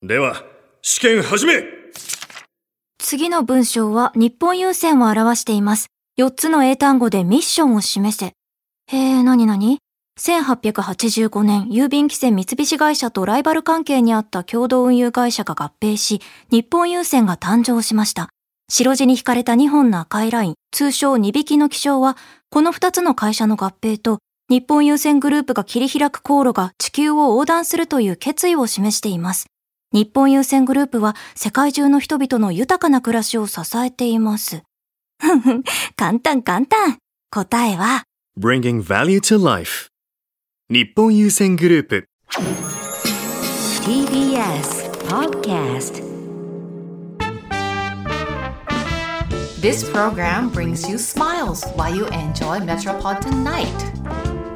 では、試験始め次の文章は日本郵船を表しています。4つの英単語でミッションを示せ。へえ、なになに ?1885 年、郵便規制三菱会社とライバル関係にあった共同運輸会社が合併し、日本郵船が誕生しました。白地に引かれた2本の赤いライン、通称2匹の気象は、この2つの会社の合併と、日本郵船グループが切り開く航路が地球を横断するという決意を示しています。日本郵船グループは世界中の人々の豊かな暮らしを支えています。ふんふん、簡単簡単。答えは、 !Bringing Value to Life 日本優先グループ TBS Podcast. This program brings you smiles while you enjoy Metropolitan Night.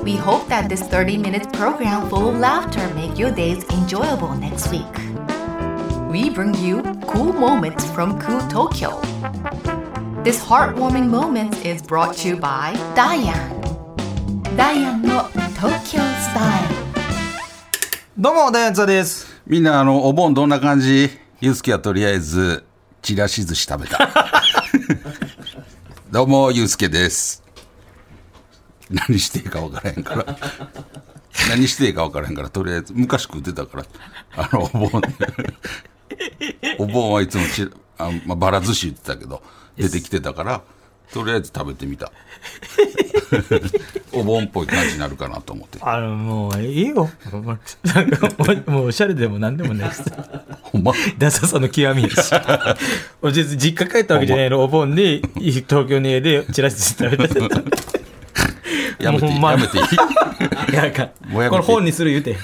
We hope that this 30-minute program full of laughter make your days enjoyable next week. We bring you cool moments from cool Tokyo. This heartwarming moment is brought to you by Diane. Diane no Tokyo Style. どうも、ダイアンツァです。みんな、あの、お盆どんな感じゆうすけはとりあえず、ちらし寿司食べた。 どうも、ゆうすけです。何していいか分からへんから。何していいか分からへんから、とりあえず、昔食ってたから。あの、お 盆、お盆はいつもちあ、まあ、バラ寿司言ってたけど、出てきてたから、とりあえず食べてみ た。お盆っぽい感じになるかなと思って。あの、もう、いいよ。なんか、おもう、おしゃれでも何でもな いです。ほんまダサさの極みやし。おじず、実家帰ったわけじゃないの、お盆で、東京の家で、チラシ食べた。やめていい、もうほんまやめていい。いやあかんもうやめてこれ本にする言うて。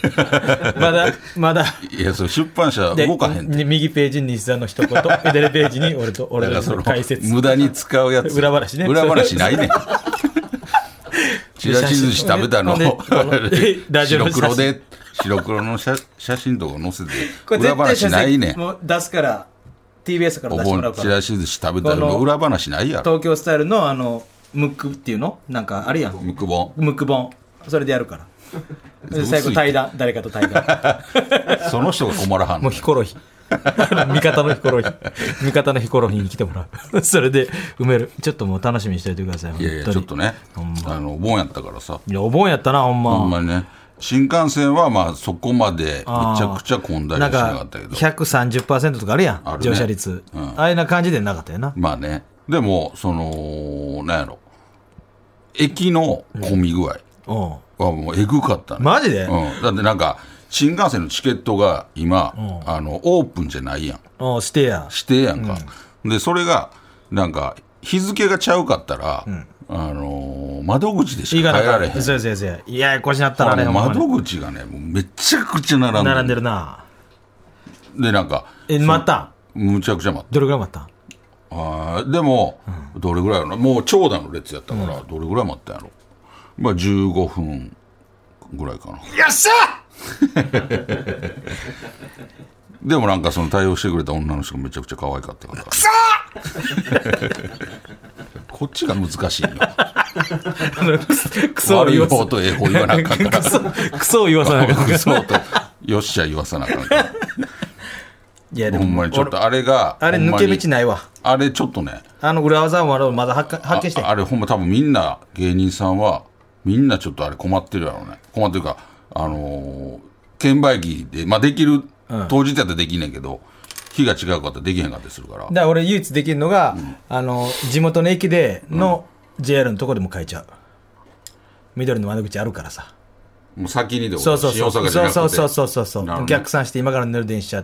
まだ、まだ。いや、それ出版社 動かへんて。で右ページに西さんの一言、左ページに俺と、俺だからそのの解説。無駄に使うやつ裏話ね裏話ない ねんチラシ寿司食べたのほんでほん でラジオの白写黒真で白黒の写写真とか載せてこれ絶裏対話ないねんもう出すから、TBS からお出しても盆らうかチらラ。シ寿司食べたのこの裏話ないやろ東京スタイルの、あの、ムックっていうのなんか、あるやん。むくぼんムック本それでやる からで最後薄い対談誰かと対談その人が困らはん ものうヒコロヒー 味方のヒコロヒー味方のヒコロヒーに来てもらう それで埋めるちょっともう楽しみにしておいてくださいいやいやち本当ょっにとねほんまあのお盆やったからさいやお盆やったなほんまほんまにね新幹線はまあそこまでめちゃくちゃ混んだりはしなかったけどなんか130%とかあるやんあるね乗車率、うんああいうな感じでなかったよなまあね。でも、その、なんやろ。駅の混み具合おはもうえぐかったね。マジでうん。だってなんか、新幹線のチケットが今、あの、オープンじゃないやん。おしてやしてやんか。で、それが、なんか、日付がちゃうかったら、あのー窓口でしか帰られへん。そうそうそういややこしなったらあれあのほんまに窓口がね、もうめちゃくちゃ並んでる。並んでるなで、なんか、え待ったむちゃくちゃ待ってどれぐらい 待ったあーでも、どれぐらいやろなもう長蛇の列やったから、どれぐらい待ったんやろまあ15分ぐらいかなよっしゃでもなんかその対応してくれた女の人がめちゃくちゃ可愛かったからくそ こっちが難 しいよあのクソ クソを悪い言わせ方とええ方言わなあかんからクソクソを言わさなあかん クソとよっしゃ言わさなあかんかいやらほんまにちょっとあれがあれ抜け道ないいわあれちょっとねあの裏技もあれまだ発発見してああれほんま多分みんな芸人さんはみんなちょっとあれ困ってるやろうね困ってるかあのー券売機で、まあ、できる当時だったらできんねんけど、日が違うかったらできへんかったりするからだから俺唯一できるのが、あの地元の駅での JR のとこでも買えちゃう緑の窓口あるからさもう先にでそうそうそうそうそうそうそうそうそうなるほどね逆算して今から乗る電車、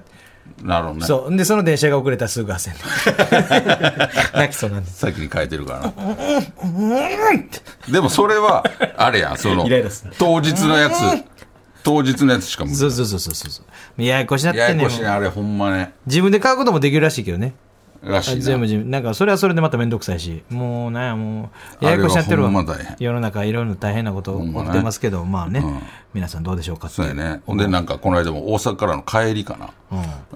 なるほどねそうでその電車が遅れたらすぐ焦る 泣きそうなんです先に変えてるからなでもそれ はあれやんそのイライラする当日のやつ当日のやつしか無理そうそうそうそうそうややこしなってややんねんこしいねあれほんまね自分で買うこともできるらしいけどねらしいな全部自分なんかそれはそれでまた面倒くさいしもうなんやもうややこしなってるわあれはほんま大変世の中いろいろ大変なこと起きてますけどま,、あね、皆さんどうでしょうかってそうやね。ほんで、なんか、この間も大阪からの帰りかな。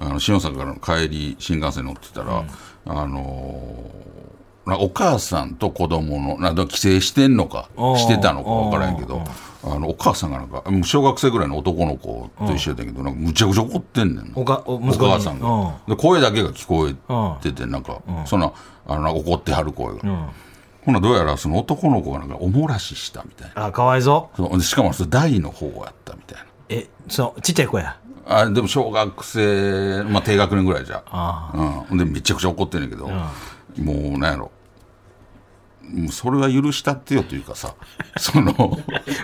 あの、新大阪からの帰り、新幹線乗ってたら、あのーなお母さんと子供のなんか帰省してんのかああしてたのか分からんけどあのお母さんがなんかもう小学生ぐらいの男の子と一緒だけどなんかむちゃくちゃ怒ってんねんおかお息子に母さんがで声だけが聞こうんえててなんかそのあの怒ってはる声がほなどうやらその男の子がなんかおもらししたみたいなあかわいそうそうでしかもそれ大の方やったみたいなえそうちっちゃい子やあでも小学生、まあ、低学年ぐらいじゃあうん、でめちゃくちゃ怒ってんねんけど、もうなんやろもうそれは許したってよというかさ その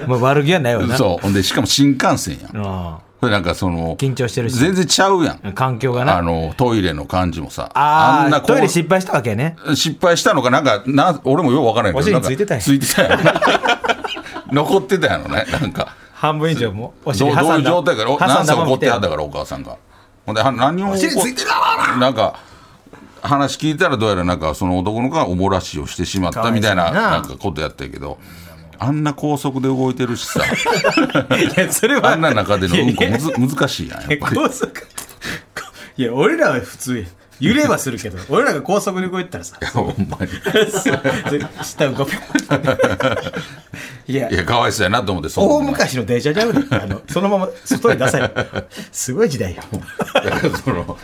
まあ悪気はないわなそうほんでしかも新幹線やんあこれなんかその緊張してるし全然ちゃうやん環境がなあのトイレの感じもさあんあなこうトイレ失敗したわけやね失敗したのかなんかな俺もよう分からないけどお尻についてたんやなんかついてたやろな 残ってたやろねなんか半分以上もおど尻う挟んだどういう状態か、お挟んだ何歳まま怒見ってはったから、お母さんが。ほんで、は何を怒っお尻ついてなんか、話聞いたら、どうやらなんか、その男の子がおもらしをしてしまっかわたいそうみたいな、やななんかことやったんやけど、あんな高速で動いてるし さ、いやそれはあんな中でのうんこいやむいず難しいやん、やっやぱり。高速いや俺らは普通や揺れはするけど俺らが高速に動いてたらさほんまに。下をこういやいや、かわいそうやなと思って、そんな大昔の電車ちゃうねんあのそのまま外に出せすごい時代よだから その、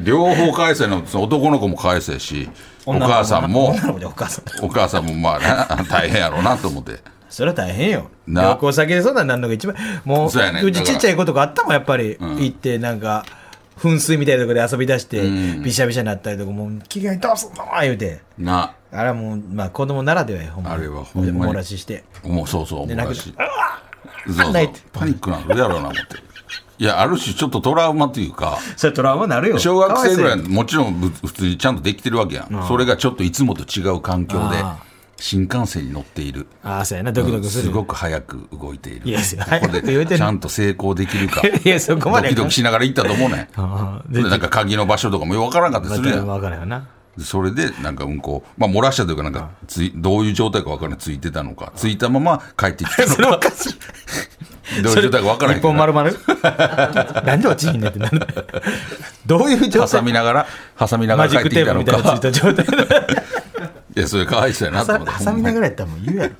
両方返せの、その男の子も返せし、お女の子母さんも女、の子でお母さんお母さんもまあな、大変やろうなと思って。それは大変よな旅行先でそんなんなんのが一番もうそうやねうちちっちゃい子とかあったもんやっぱり、ん行ってなんか噴水みたいなところで遊び出して、びしゃびしゃになったりとかもう着替えどうすんの言うてな、あれはもう、まあ、子供ならではよほんまにあれはほんまにおもらししてもうそうそう思うらしい。そうそう泣いてパニックなるやろうな思って。いやある種ちょっとトラウマという かそれトラウマなるよ小学生ぐらいかわもちろんぶ普通にちゃんとできてるわけやん、それがちょっといつもと違う環境であ新幹線に乗っているいそうやああそうやなドキドキする、すごく早く動いているいやそうここ早く言うてでんちのゃんと成功できるか いやそこまでドキドキしながら行ったと思うねああんでなんか鍵の場所とかもよくわからんかったりするやん分からんよなそれでなんかうんこまあ漏らしたというかなんかついどういう状態かわからないついてたのかついたまま帰ってきたの それかおかしいどういう状態かわからない一本丸々なんで落ちひんねんってなるどういう状挟態みながら、挟みながマらジ帰ッってきたクテープのみたいなのつか。いた状態いや、それかわいそうやなと思って。挟 みながらやったらもう言うやろ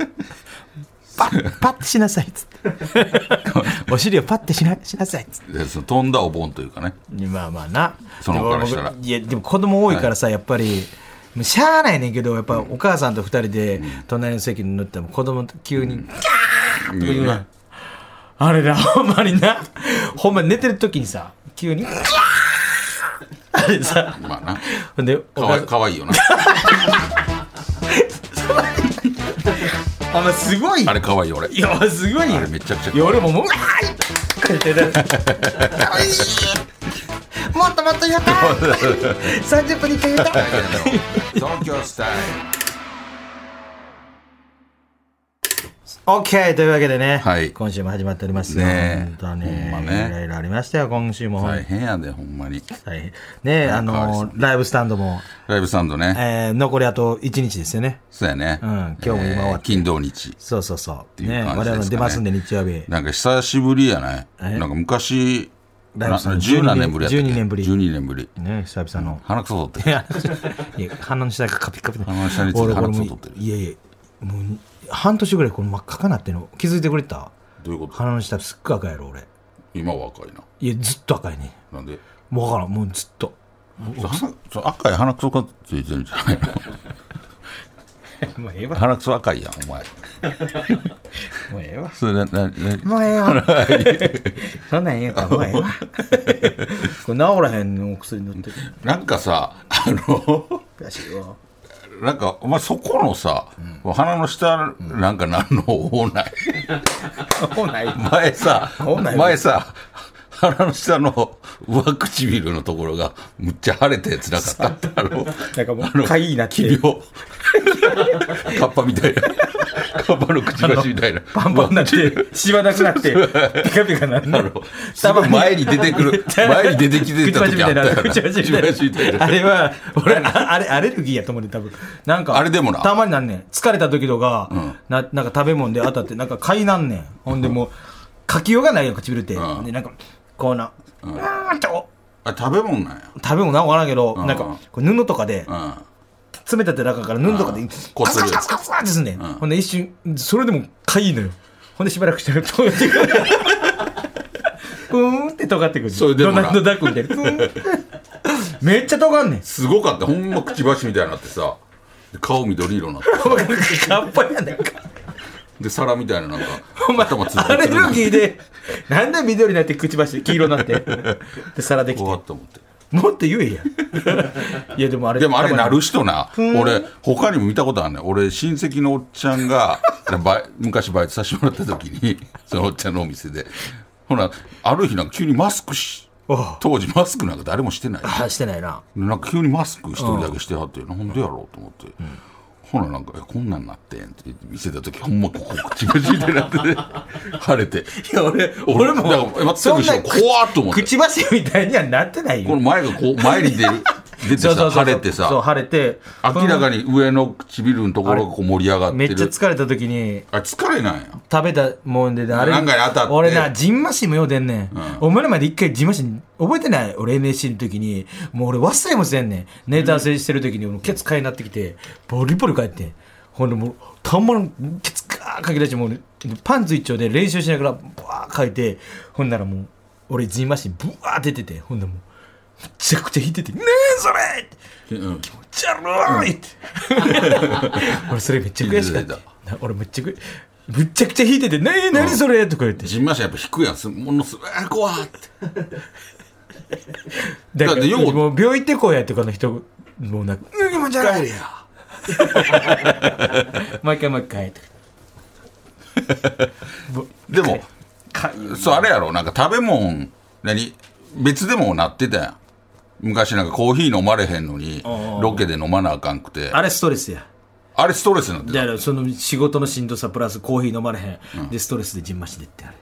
パッパッてしなさいっつ ってお尻をパッてしなしなさいっつっら。その飛んだお盆というかね。てまあまあなその子からしたらでもいやでも子供多いからさ、やっぱりもうしゃあないねんけどやっぱお母さんと二人で隣の席に乗っても子供と急に、いうなあれだほんまになほんまに寝てる時にさ急にあれさまあな。ほんでおかわい母さんかわいいよ な。あまあすごいあれかわいい俺。いやすごいよあれめちゃくちゃいや俺ももううわーいこうやってなおいしいもっともっと 言うた30分に一回言うた東京スタイ OK というわけでね、はい今週も始まっておりますよ、ねえ本当ほねんまねいろいろありましたよ今週も、ル。大変やで、ほんまに。大変ねえあかわいそのうライブスタンドも、ライブサンドね。えー残りあと1日ですよねそうやね。うん今日も今えー終わって金土日。そうそうそうていうね感我じですかね々も出ますんで日曜日なんか久しぶりやね。えなんか昔、ライブサンド十何年ぶりやったっけ12年ぶり12年ぶり。ね久 々の鼻くそ取っいて。やいや鼻の下がカピカピで鼻の下について俺俺も鼻くそ取ってるいやいやもう半年ぐらいこの真っ赤かなってんの気づいてくれたどういうこと鼻の下すっごい赤やろ俺今は赤いな。いやずっと赤いねなんでもう分からんもうずっとそう鼻そう赤い鼻くそがついてるんじゃないの もうええわ鼻くそ赤いやん、お前。もうええわそれな、な、な、もうえ えわそんなんええからもうええわこれ治らへんのお薬塗ってるなんかさ、あの、らしいわなんか、お前そこのさ、鼻の下なんかなんの多ない。もうない前さ多な、い前さ、鼻の下の上唇のところがむっちゃ腫れてつらかった。あの、なんかもうあのかいいなって奇病。カッパみたいな。カッパのくちばしみたいな。パンパンになってしわなくな ってピカピカなるあののすごい前に出てく る、前に出てきてた口時あったよな。 口口ばしみたいなあれは、俺、ああれ、アレルギーやと思うね、多分。なんか、あれでもなたまになんねん。疲れた時とか、な、なんか食べ物で当たって、なんか買いなんねん。ほんでもう、書きようがないよ、唇って。うんで、なんか、こうな、うーんって、おあ食べ物なんや。食べ物なんかわからんけど、んなんか、こう布とかで、うん。詰めたってなあかんから布とかでこカすサるカサカサカサってすんねん、ほんで一瞬それでもかいいのよほんでしばらくしてるとうーんって尖ってくるそれでもドなナルドダックみたいにうーんめっちゃ尖んねんすごかったほんまくちばしみたいになってさで顔緑色になってカッパやねんかで皿みたいななんかお前頭つぶアレルギーでなんで緑になってくちばし黄色に なってで皿できて怖っもと思ってっと言え やいやでもあれでもあれなる人な俺他にも見たことあるねん俺親戚のおっちゃんが バイ昔バイトさせてもらった時に そのおっちゃんのお店でほなある日なんか急にマスクしああ当時マスクなんか誰もしてないあしてないななんか急にマスク一人だけしてはってなんでやろうと思って、ほらなんかえこんなんなってんって見せた時ほんまここ口がしいてなってね 腫れていや俺俺俺もも全く一緒怖っと思ってくちばしみたいにはなってないよこの前が こう前に出る出てそうそさ腫うそうれてそうさ晴れて明らかにに上の唇のところがこう盛り上がっめてっちゃる疲れた時にあ疲れなんや食べたもんであれなんかに当たって俺なジンマシンもよう出んねん、お前らまで一回ジンマシン覚えてない俺 NSC の時にもう俺忘れもせんねんネタ合わせしてる時にもうケツかいなってきてボリボリ帰ってんほんでもうたまらんケツガーかき出してもうパンツ一丁で練習しながらブワーかいてほんならもう俺ジンマシンブワー出ててほんでもうめちゃくちゃ引いてて「ねえそれ!」ってうんじゃろーいって 俺それめっちゃ悔しかっ出てたな俺めっちゃくむっちゃくちゃ弾いてて「なになにそれ!」とか言ってジンマシンやっぱ低いやんすものすごいあ怖ってだかだっらてようもう病院行ってこうやとかの人もうなんか「うんもうじゃろや 毎回毎回」とかでもそうあれやろなんか食べ物何別でもなってたやん昔なんかコーヒー飲まれへんのにロケで飲まなあかんくてあれストレスやあれストレスになってだたからその仕事のしんどさプラスコーヒー飲まれへん、でストレスでじんましでってあれ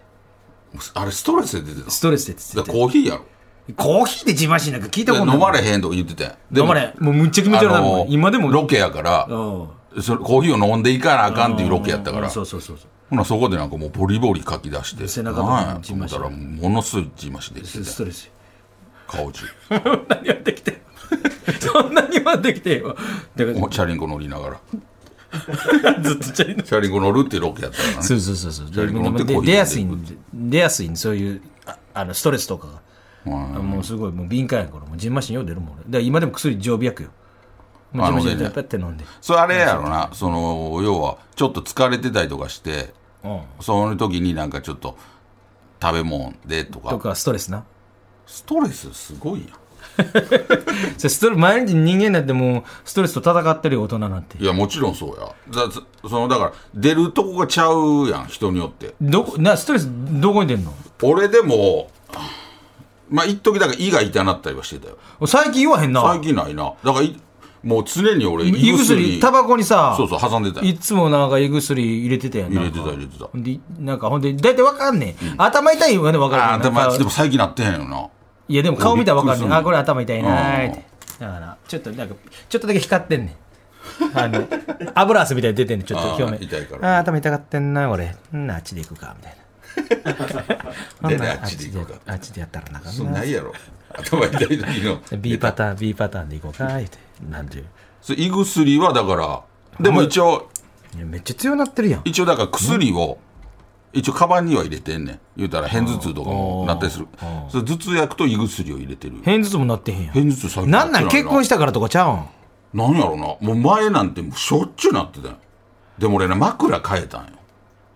あれストレスで出てたストレスでってだ言っからてコーヒーやろてコーヒーでじんましなんか聞いたでことない飲まれへんとか言ってたやんで飲まれへんもうむっちゃくちゃだもん、あの今でもロケやからうんそれコーヒーを飲んでいかなあかんっていうロケやったからそうそうそうそうほなそこでなんかもうボリボリ書き出して背中とかなんやジンマシンと思ったらものすごいジンマシンできてスたトレス顔中何はできて んそんなにはできてんよだかおチャリンコ乗りながららずっとチャリのチャリンコ乗るっていうロケやったからねそうそうそうそうャでリンコ乗ってコーヒー飲んでいく出やすいんで出やすいんでそういうああのストレスとかが、うんもうすごいもう敏感やからもうじんましんよう出るもん俺だから今でも薬常備薬よもうあじんのまねしんやったらペッて飲んで、それあれやろなその要はちょっと疲れてたりとかしてうん、その時になんかちょっと食べ物でとかとかストレスなストレスすごいやんそれストレ毎日人間になってもうストレスと戦ってるよ大人なんていやもちろんそうやだそそのだから出るとこがちゃうやん人によってどこなストレスどこに出んの俺でもまあ一時だから胃が痛なったりはしてたよ最近言わへんな最近ないなだからいもう常に俺胃薬タバコにさそうそう挟んでたよいつもなんか胃薬入れてたやん入なれんてかた入れてたほんでなんかほんで大体わかんねん、頭痛いはねわかるねんあーでもなんかでも最近なってへんよないやでも顔見たらわかるびっくりするねんのあこれ頭痛いなーってだからちょっとなんかちょっとだけ光ってんねんあの油汗みたいに出てんねんちょっとあー表面痛いからあー頭痛がってんな俺うんあっちで行くかみたいな でほんならあっちで行こうかあっちでやったらなんかそんなないやろ頭痛い時の B パターン B パターンで行こうか言ってなんていうそう胃薬はだからでも一応いやめっちゃ強なってるやん一応だから薬を一応カバンには入れてんねん言うたら片頭痛とかもなったりするそれ頭痛薬と胃薬を入れてる偏頭痛もなってへんやん片頭痛最近なんなん結婚ししたからとかちゃうんなんやろなもう前なんてもうしょっちゅうなってたよでも俺ね枕変えたんよ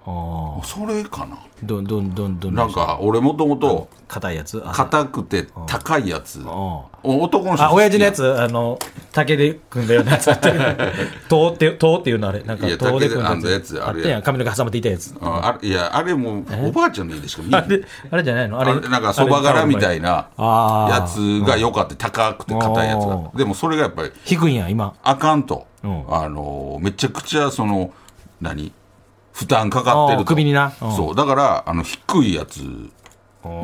ああそれかなどんどんどんどんなんか俺もともと硬いやつあ硬くて高いやつあお男の人あ親父のやいつあの竹で組んだようなやつあって 塔って塔っていうのあれなんかいや塔で竹組で編んんだだややつつああれったやん髪の毛挟まっていたやつあれいやあれもうおばあちゃんの家でしか見あないれあれじゃないのああれれなんかそば柄みたいなあーやつが良かった高くて硬いやつがおーでもそれがやっぱり低いんや今あかんと、うんあのーめちゃくちゃその何負担かかってるあとー首になうんそうだからあの低いやつ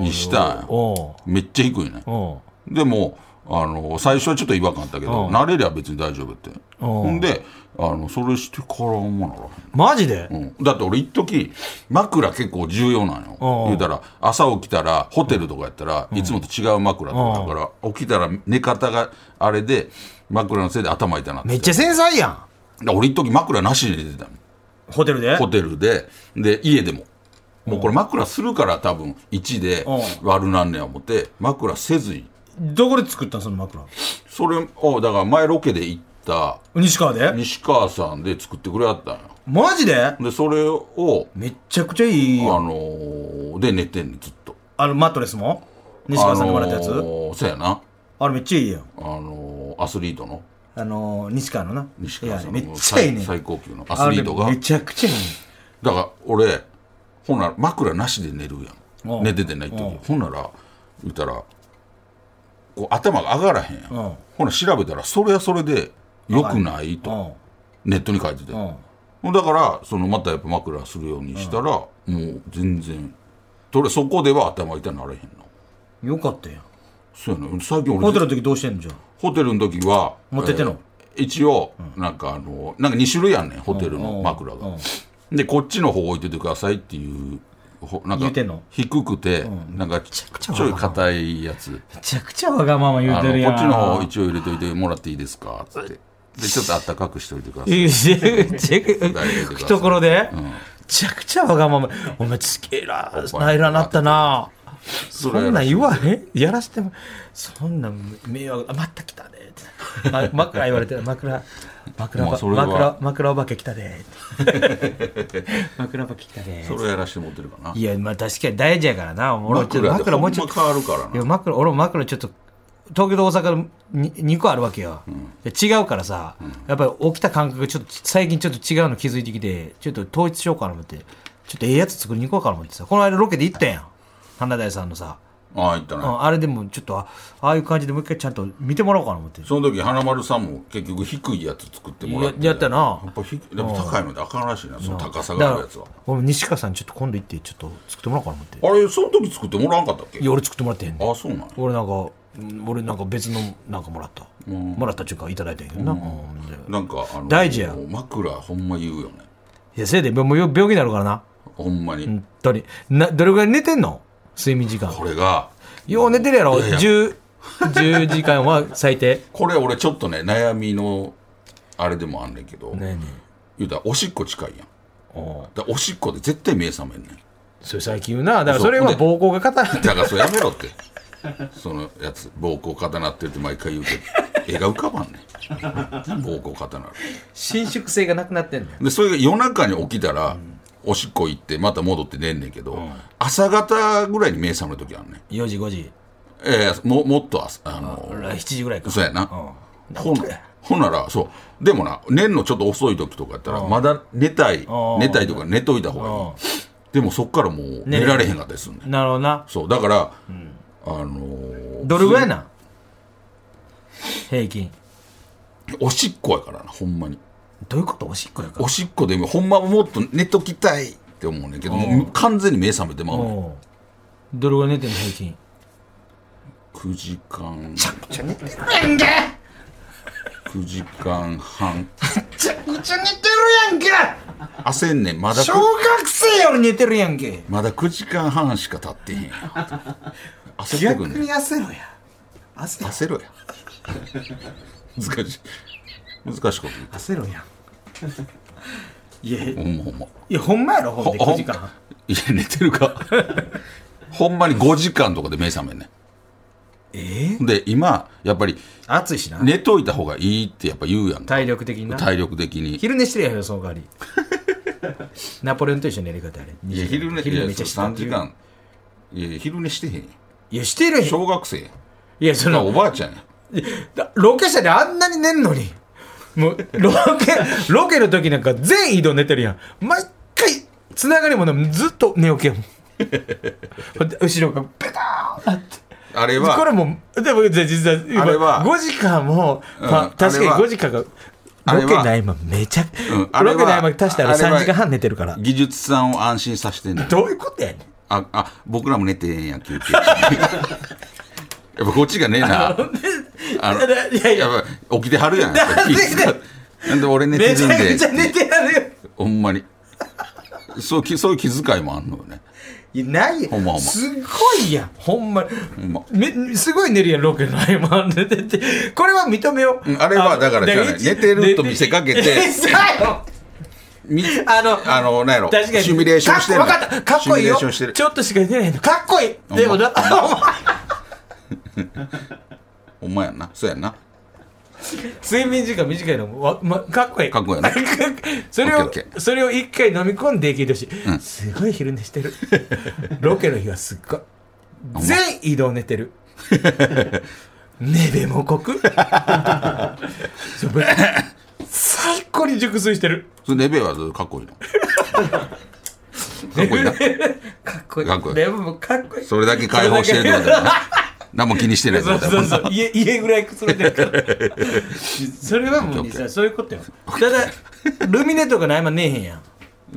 にしたんやおめっちゃ低いねおでもあの最初はちょっと違和感あったけど、うん慣れりゃ別に大丈夫って、ほんであのそれしてからあんまならへんマジでうんだって俺一時枕結構重要なんようん言うたら朝起きたらホテルとかやったら、いつもと違う枕とかだから起きたら寝方があれで枕のせいで頭痛なってめっちゃ繊細やんだから俺一時枕なしで寝てたのホテルでホテルでで家でももうこれ枕するから多分1でう悪なんねや思って枕せずにどこで作ったんその枕それをだから前ロケで行った西川で西川さんで作ってくれはったんよマジででそれをめっちゃくちゃいいあのーで寝てんねんずっとあのマットレスも西川さんにもらったやつ、あのーそうやなあれめっちゃいいやんあのーアスリートのあのー西川のな西川さんいのやめっちゃいいね最最高級のアスリートがあれだめちゃくちゃいいから俺ほんなら枕なしで寝るやうんん寝ててない時うんほんなら言ったらこう頭が上がらへんやんうんほな調べたらそれはそれで良くないうんとネットに書いててうんだからそのまたやっぱ枕するようにしたらもう全然それそこでは頭痛なれへんのよかったやんそうやな最近俺ホテルの時どうしてんのじゃんホテルの時は持ってってんのえー一応なんかあのなんか2種類やんねんホテルの枕うんがでこっちの方置いててくださいっていうほなん言かうてんの低くてなんかちちゃくちゃょい硬いやつめちゃくちゃわがまま言あうのてるやんこっちの方一応入れといてもらっていいですかつってでちょっとあったかくしておいてくださいいやちください懐で、めちゃくちゃわがままお前つけらな偉なったなそんなん言わへんやらしてもそんなん迷惑あまた来たでってあ枕言われてる枕枕まあばそれは枕枕お化け来たでって枕お化け来たでそれやらしてもってるかないやまあ確かに大事やからな俺もちょっと枕で枕もほうんちまょっと変わるからいやな枕俺も枕ちょっと東京と大阪に2個あるわけよ、で違うからさ、やっぱり起きた感覚がちょっと最近ちょっと違うの気づいてきてちょっと統一しようかなと思ってちょっとええやつ作りに行こうかなと思ってさこの間ロケで行ったやん花大さんのさ、ああ言ったうねんあれでもちょっとあああいう感じでもう一回ちゃんと見てもらおうかなと思ってその時花丸さんも結局低いやつ作ってもらってややったなやっぱ低いでも高いのであかんらしいなその高さだがあかるらやつは俺も西川さんにちょっと今度行ってちょっと作ってもらおうかなと思ってあれその時作ってもらわんかったっけいや俺作ってもらってへんねんあそうなの俺なんかうん俺なんか別のなんかもらった、もらったっていうかいただいたんやけどな、うんでなんかあの大事や枕ほんま言うよねいやせいでもう病病気になるからなほんまに、本当になどれぐらい寝てんの睡眠時間これがよう寝てるやろいやいや10 10時間は最低これ俺ちょっとね悩みのあれでもあんねんけど、ねえね言うたらおしっこ近いやんえおだからおしっこで絶対目覚めんねんそれ最近言うなだからそれはそう膀胱が硬いだからそれやめろってそのやつ膀胱固なってるって毎回言うけど絵が浮かばんねん膀胱固なる伸縮性がなくなってんのよでそれが夜中に起きたら、おしっこ行ってまた戻って寝んねんけど、朝方ぐらいに目覚める時あんねん4時5時ええももっと朝あの7時ぐらいかそうやな、うんほなほならそうでもな寝んのちょっと遅い時とかやったらまだ寝たいうん寝たいとか寝といた方がういんいでもそっからもう寝れ寝られへんかったりするねんなるほどなそうだから、あのーどれぐらいなん平均おしっこやからなほんまにどういうことおしっこやからおしっこでほんまはもっと寝ときたいって思うねんけど、もう完全に目覚めてまうねんおうどれぐらい寝てんの平均9時間ちゃくちゃ寝てるやんけ9時間半ちゃくちゃ寝てるやんけ焦んねんまだく小学生より寝てるやんけまだ9時間半しか経ってへんやん焦ってく逆んにねん焦ろや焦ろ焦ろや難しい難しいこと言う焦ろやんいやいほんまほんまやほんまやろほんでほ5ん時間いや寝てるかほんまに5時間とかで目覚めんねええんで今やっぱり暑いしな寝といた方がいいってやっぱ言うやんか体力的にな体力的に昼寝してるやんよその代わり ナポレオンと一緒にやり方あれいや昼寝昼い寝やめっちゃして3時間いや昼寝してへんやんいやしてるやん小学生やんいやそなんかおのばあちゃんやんだロケ車であんなに寝んのにもうロケ ロケの時なんか全移動寝てるやん毎回つながりもなずっと寝起きや もんほんで後ろがベターンってあれはこれもでもじゃあ実は今あれは5時間も、うんまあ、確かにあれは5時間があれはロケない間めちゃく、うんあれロはケない間足したらあれは3時間半寝てるから技術さんを安心させてんねんどういうことやねんあ あ僕らも寝てへんやん休憩やっぱこっちがねえなあのいやいやいややっぱ起きてはるやんやっぱり気ぃ使うなんで俺寝てめちるんゃくでちゃ寝てやるよほんまにそうきそういう気遣いもあんのよねいやないよほんまほんますごいやんほんまんまめすごい寝るやんロケの合間寝ててこれは認めよう、うんあれはだからしゃあない一寝てると見せかけて寝てたよみあのあのなんやろ確かにシミュレーションしてるかっこ分かったかっこいいシミュレよーションしてるちょっとしか寝てないのかっこいいんまでもなお前ほんまやんなそうやんな睡眠時間短いのもわ、ま、かっこいいかっこいいよね それオッをケーオッケそれを一回飲み込んで聞いてほしい、すごい昼寝 してるロケの日はすっごい全移動寝 てる寝べも濃くそうぶ最高に熟睡してるそれレベルはずっとかっこいいのかっこいいなかっこいいかっこいいでもかっこいいそれだけ解放してるってことだよな 何も気にしてないってそうことだそようなそう家家ぐらいくつろいでるから それはもうオッケーさそういうことよただルミネとかの合間ねえへんやん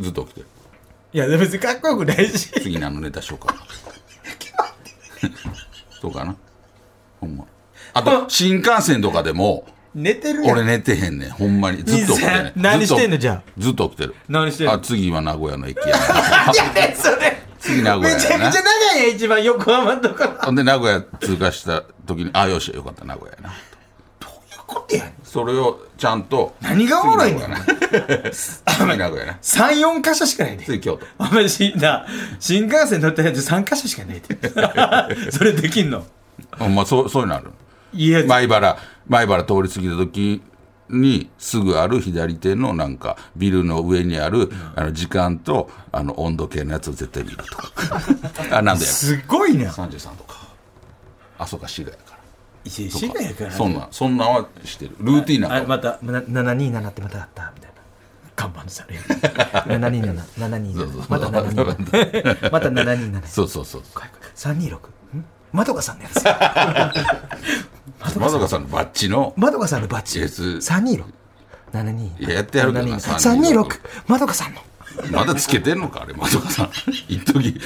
ずっと起きてるいや別にかっこよくないし次何のネタしようかなそうかなほんまあと新幹線とかでも 寝てるやん俺寝てへんねんほんまにずっと起きてねいいぜ 何してんのじゃあずっとずっと起きてる何してんのあ次は名古屋の駅やいやねそれ 次名古屋めちゃやなくちゃ長いやん一番横浜とかほんで名古屋通過した時にあよしよかった名古屋やなことやんそれをちゃんと何がおもろいねん次名古屋 な34箇所しかないで次京都あんまりしな新幹線乗ったやつ3箇所しかない でそれできんのほんまそうそういうのあるいや、米原米原通り過ぎた時にすぐある左手のなんかビルの上にあるあの時間とあの温度計のやつを絶対見ると かあなんだよすごいな33とかあそうか滋賀やから滋賀やからそんなんそんなんはしてるルーティンなあんかまたな727ってまたあったみたいな看板のされる 727727また727また727そうそうそう326んまどかさんのやつまさかさんのバッチのまどかさんのバッジ。 S 三二六。七二。いややってやるからな三二六。まどかさんの。まだつけてんのかあれまさかさ ん一時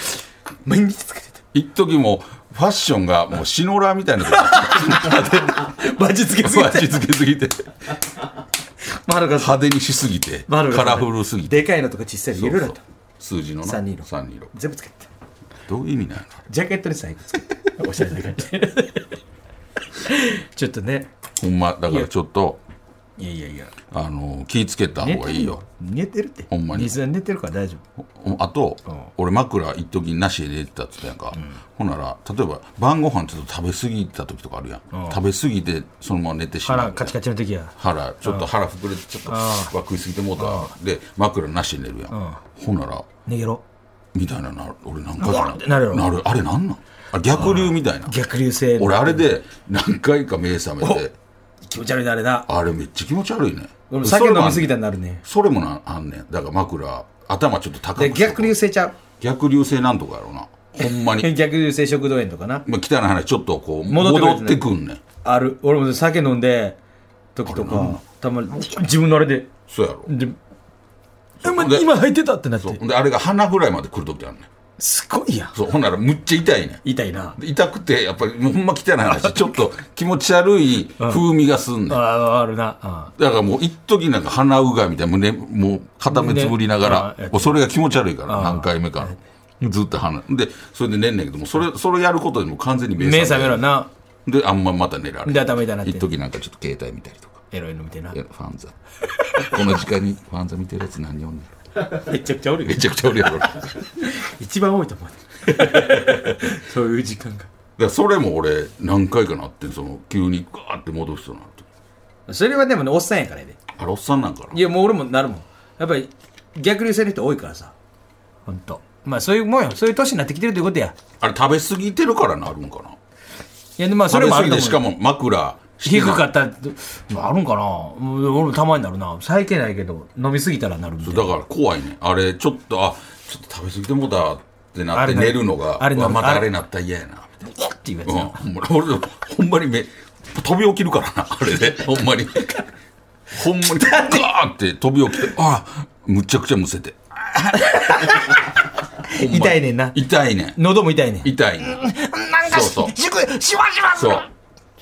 毎日つけて一時もうファッションがもうシノラーみたいなとこた。バッジつ けすぎバッて。チつけすぎてまどかさ 派ん。手にしすぎてカまどかさんラフルすぎてでかいのとか小さいのいろいろあった。数字のな326 326全部つけてた。どういう意味なのジャケットに最後つけてた。おしゃれな感じ。ちょっとね。ほんまだからちょっといやいやいや。あの気ぃつけた寝方がいいよ。寝てるって。ほんまに水は寝てるから大丈夫。おあと、俺枕一時なしで寝てたっつったやんか、ほんなら例えば晩ご飯ちょっと食べ過ぎた時とかあるやん、食べ過ぎてそのまま寝てしまう腹カチカチの時は。腹ちょっと腹膨れてちょっとは食い過ぎてもうたで枕なしで寝るやん、ほんなら逃げろ。みたいなのな俺何う回わかってなるやろなるあれなんなんあれ逆流みたいな逆流性。俺あれで何回か目覚めて気持ち悪いなあれな。あれめっちゃ気持ち悪いね俺も酒飲みすぎたらなるね。それもなあんねんだから枕頭ちょっと高くしでとこう逆流性ちゃう。逆流性なんとかやろうなほんまに、逆流性食道炎とかな。まあ、汚い話ちょっとこう戻ってくる戻ってくんねんある俺も酒飲んで時とかたまに自分のあれでそうやろでほんで今入ってたってなってそうほんであれが鼻ぐらいまで来る時あるねんすごいやんそうほんならむっちゃ痛いねん痛いなで痛くてやっぱりもうほんま汚い 話ちょっと気持ち悪い風味がすんねんああるなだからもう一時なんか鼻うがいみたいな胸もう片目つぶりながねあらーやってもうそれが気持ち悪いから何回目かのずっと鼻でそれで寝んねんけどもそれそれやることでもう完全に目目覚覚めめろるなであんままた寝られで頭痛なって一時なんかちょっと携帯見たりとかエロいの見てないやファンザ この時間にファンザ見てるやつ何読んでるめちゃくちゃおるよ めちゃくちゃおるやろだか一番多いと思うそういう時間がらそれも俺何回かなってんその急にガーって戻すとなってそれはでもねおっさんやからやであれおっさんなんかないやもう俺もなるもんやっぱり逆流性の人多いからさ本当。まあそういうもんよそういう年になってきてるということやあれ食べ過ぎてるからなるんかないやでまあそ食れべもあ過ぎると思てうしかも枕してない低かったってあるんかな俺もたまになるな最低ないけど飲みすぎたらなるみたいなだから怖いねあれちょっとあちょっと食べ過ぎてもうたってなあっれてな寝るのがあれうなわまたあれあれなったら嫌やなみたいっていうやつな、うん、なほんまに俺ほんまに目飛び起きるからなあれで ほんまにほんまにガーって飛び起きてあむちゃくちゃむせてほんまに痛いねんな痛いねん喉も痛いねん痛いねんなんかそうそうしわしわそう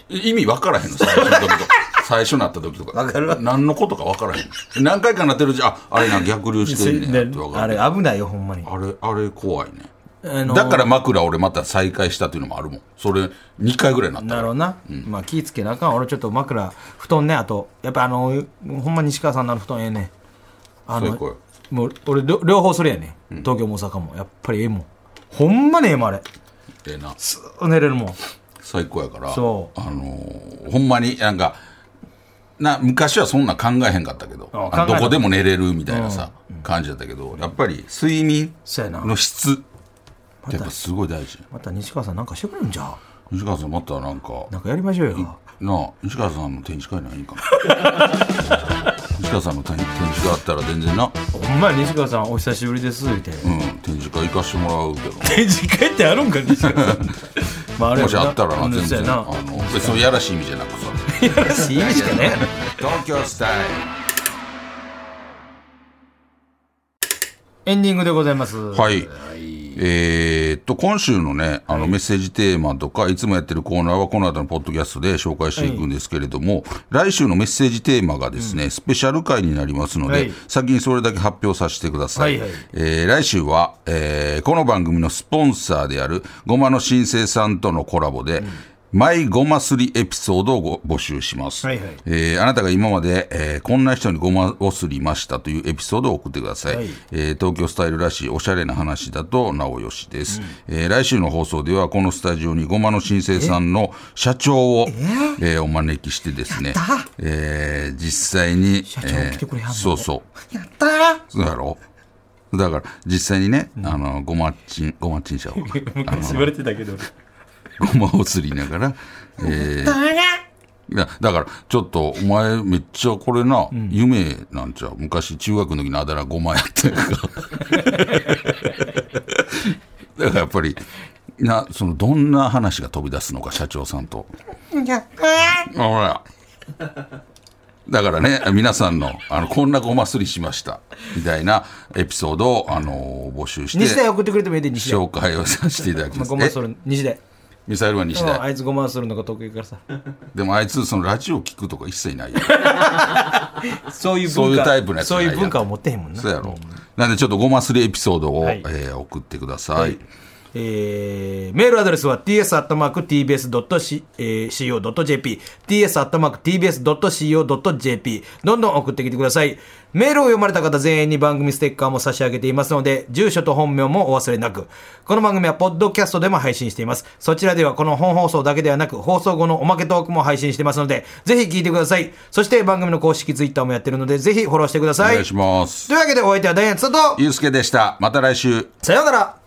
意味分からへんの最初の 時とか最初なった時とか分かるわ何のことか分からへん何回かなってるうちああれな逆流してんねんなって分かあるれ危ないよほんまにあれあれ怖いねあのだから枕俺また再開したっていうのもあるもんそれ2回ぐらいになったなるほどらな、まあ気ぃつけなあかん俺ちょっと枕布団ねあとやっぱあのほんま西川さんのあの布団ええねあ最の高よもう俺両両方それやね、東京も大阪もやっぱりええもんほんまねええもんあれええなずーっと寝れるもん最高やからそうあのーほんまになんかな昔はそんな考えへんかったけどああ考えどなこでも寝れるみたいなさ、感じだったけどやっぱり睡眠そうやなの質ってやっぱすごい大事また西川さんなんかしてくれるんじゃう西川さんまたなんかなんかやりましょうよなあ西川さんの展示会ないんかな 西川さんの展展示会あったら全然な、ほんまや西川さんお久しぶりですって、うん、展示会行かしてもらうけど展示会ってあるんか 西川さんまああれやもろしなあったらうんな全そう然やあなの別にやらしい意味じゃなくさやらしい意味しかね東京スタイルエンディングでございますはいえーっと今週のねあのメッセージテーマとかいつもやってるコーナーはこの後のポッドキャストで紹介していくんですけれども、来週のメッセージテーマがですね、スペシャル回になりますので、はい先にそれだけ発表させてください、はいはいえー来週は、えーこの番組のスポンサーであるごまの新生さんとのコラボで、マイごますりエピソードをご募集します、はいはいえーあなたが今まで、えーこんな人にごまをすりましたというエピソードを送ってください、はいえー東京スタイルらしいおしゃれな話だとなおよしです、えー来週の放送ではこのスタジオにごまの新生さんの社長を、えーお招きしてですね、えー実際に社長来てくれはんのえーそうそうやったーそうやろだから実際にね、あのごまっちんごまっちんしちゃおうか昔言われてたけどごまをすりながら、えーいやだからちょっとお前めっちゃこれな、夢なんちゃう昔中学の時のあだ名ごまやったやんか だからやっぱりなそのどんな話が飛び出すのか社長さんとあほらだからね皆さんのあのこんなごますりしましたみたいなエピソードを、あの募集し西大て送ってくれてもいいで西大紹介をさせていただきままあすごまんすえる西大ミサイルは西うん大あいつごまんするのが得意からさでもあいつそのラジオ聞くとか一切ないやんそういう文化そういうタイプのやつじゃそうないいやんう文化を持ってへんもんなそうやろ。なんでちょっとごますりエピソードを、はいえー送ってください。えーメールアドレスは ts.tbs.co.jp ts.tbs.co.jp どんどん送ってきてくださいメールを読まれた方全員に番組ステッカーも差し上げていますので住所と本名もお忘れなくこの番組はポッドキャストでも配信していますそちらではこの本放送だけではなく放送後のおまけトークも配信してますのでぜひ聞いてくださいそして番組の公式ツイッターもやってるのでぜひフォローしてくだおさい願いしますとい。うわけでお相手はダイアンツとゆうすけでした。また来週。さようなら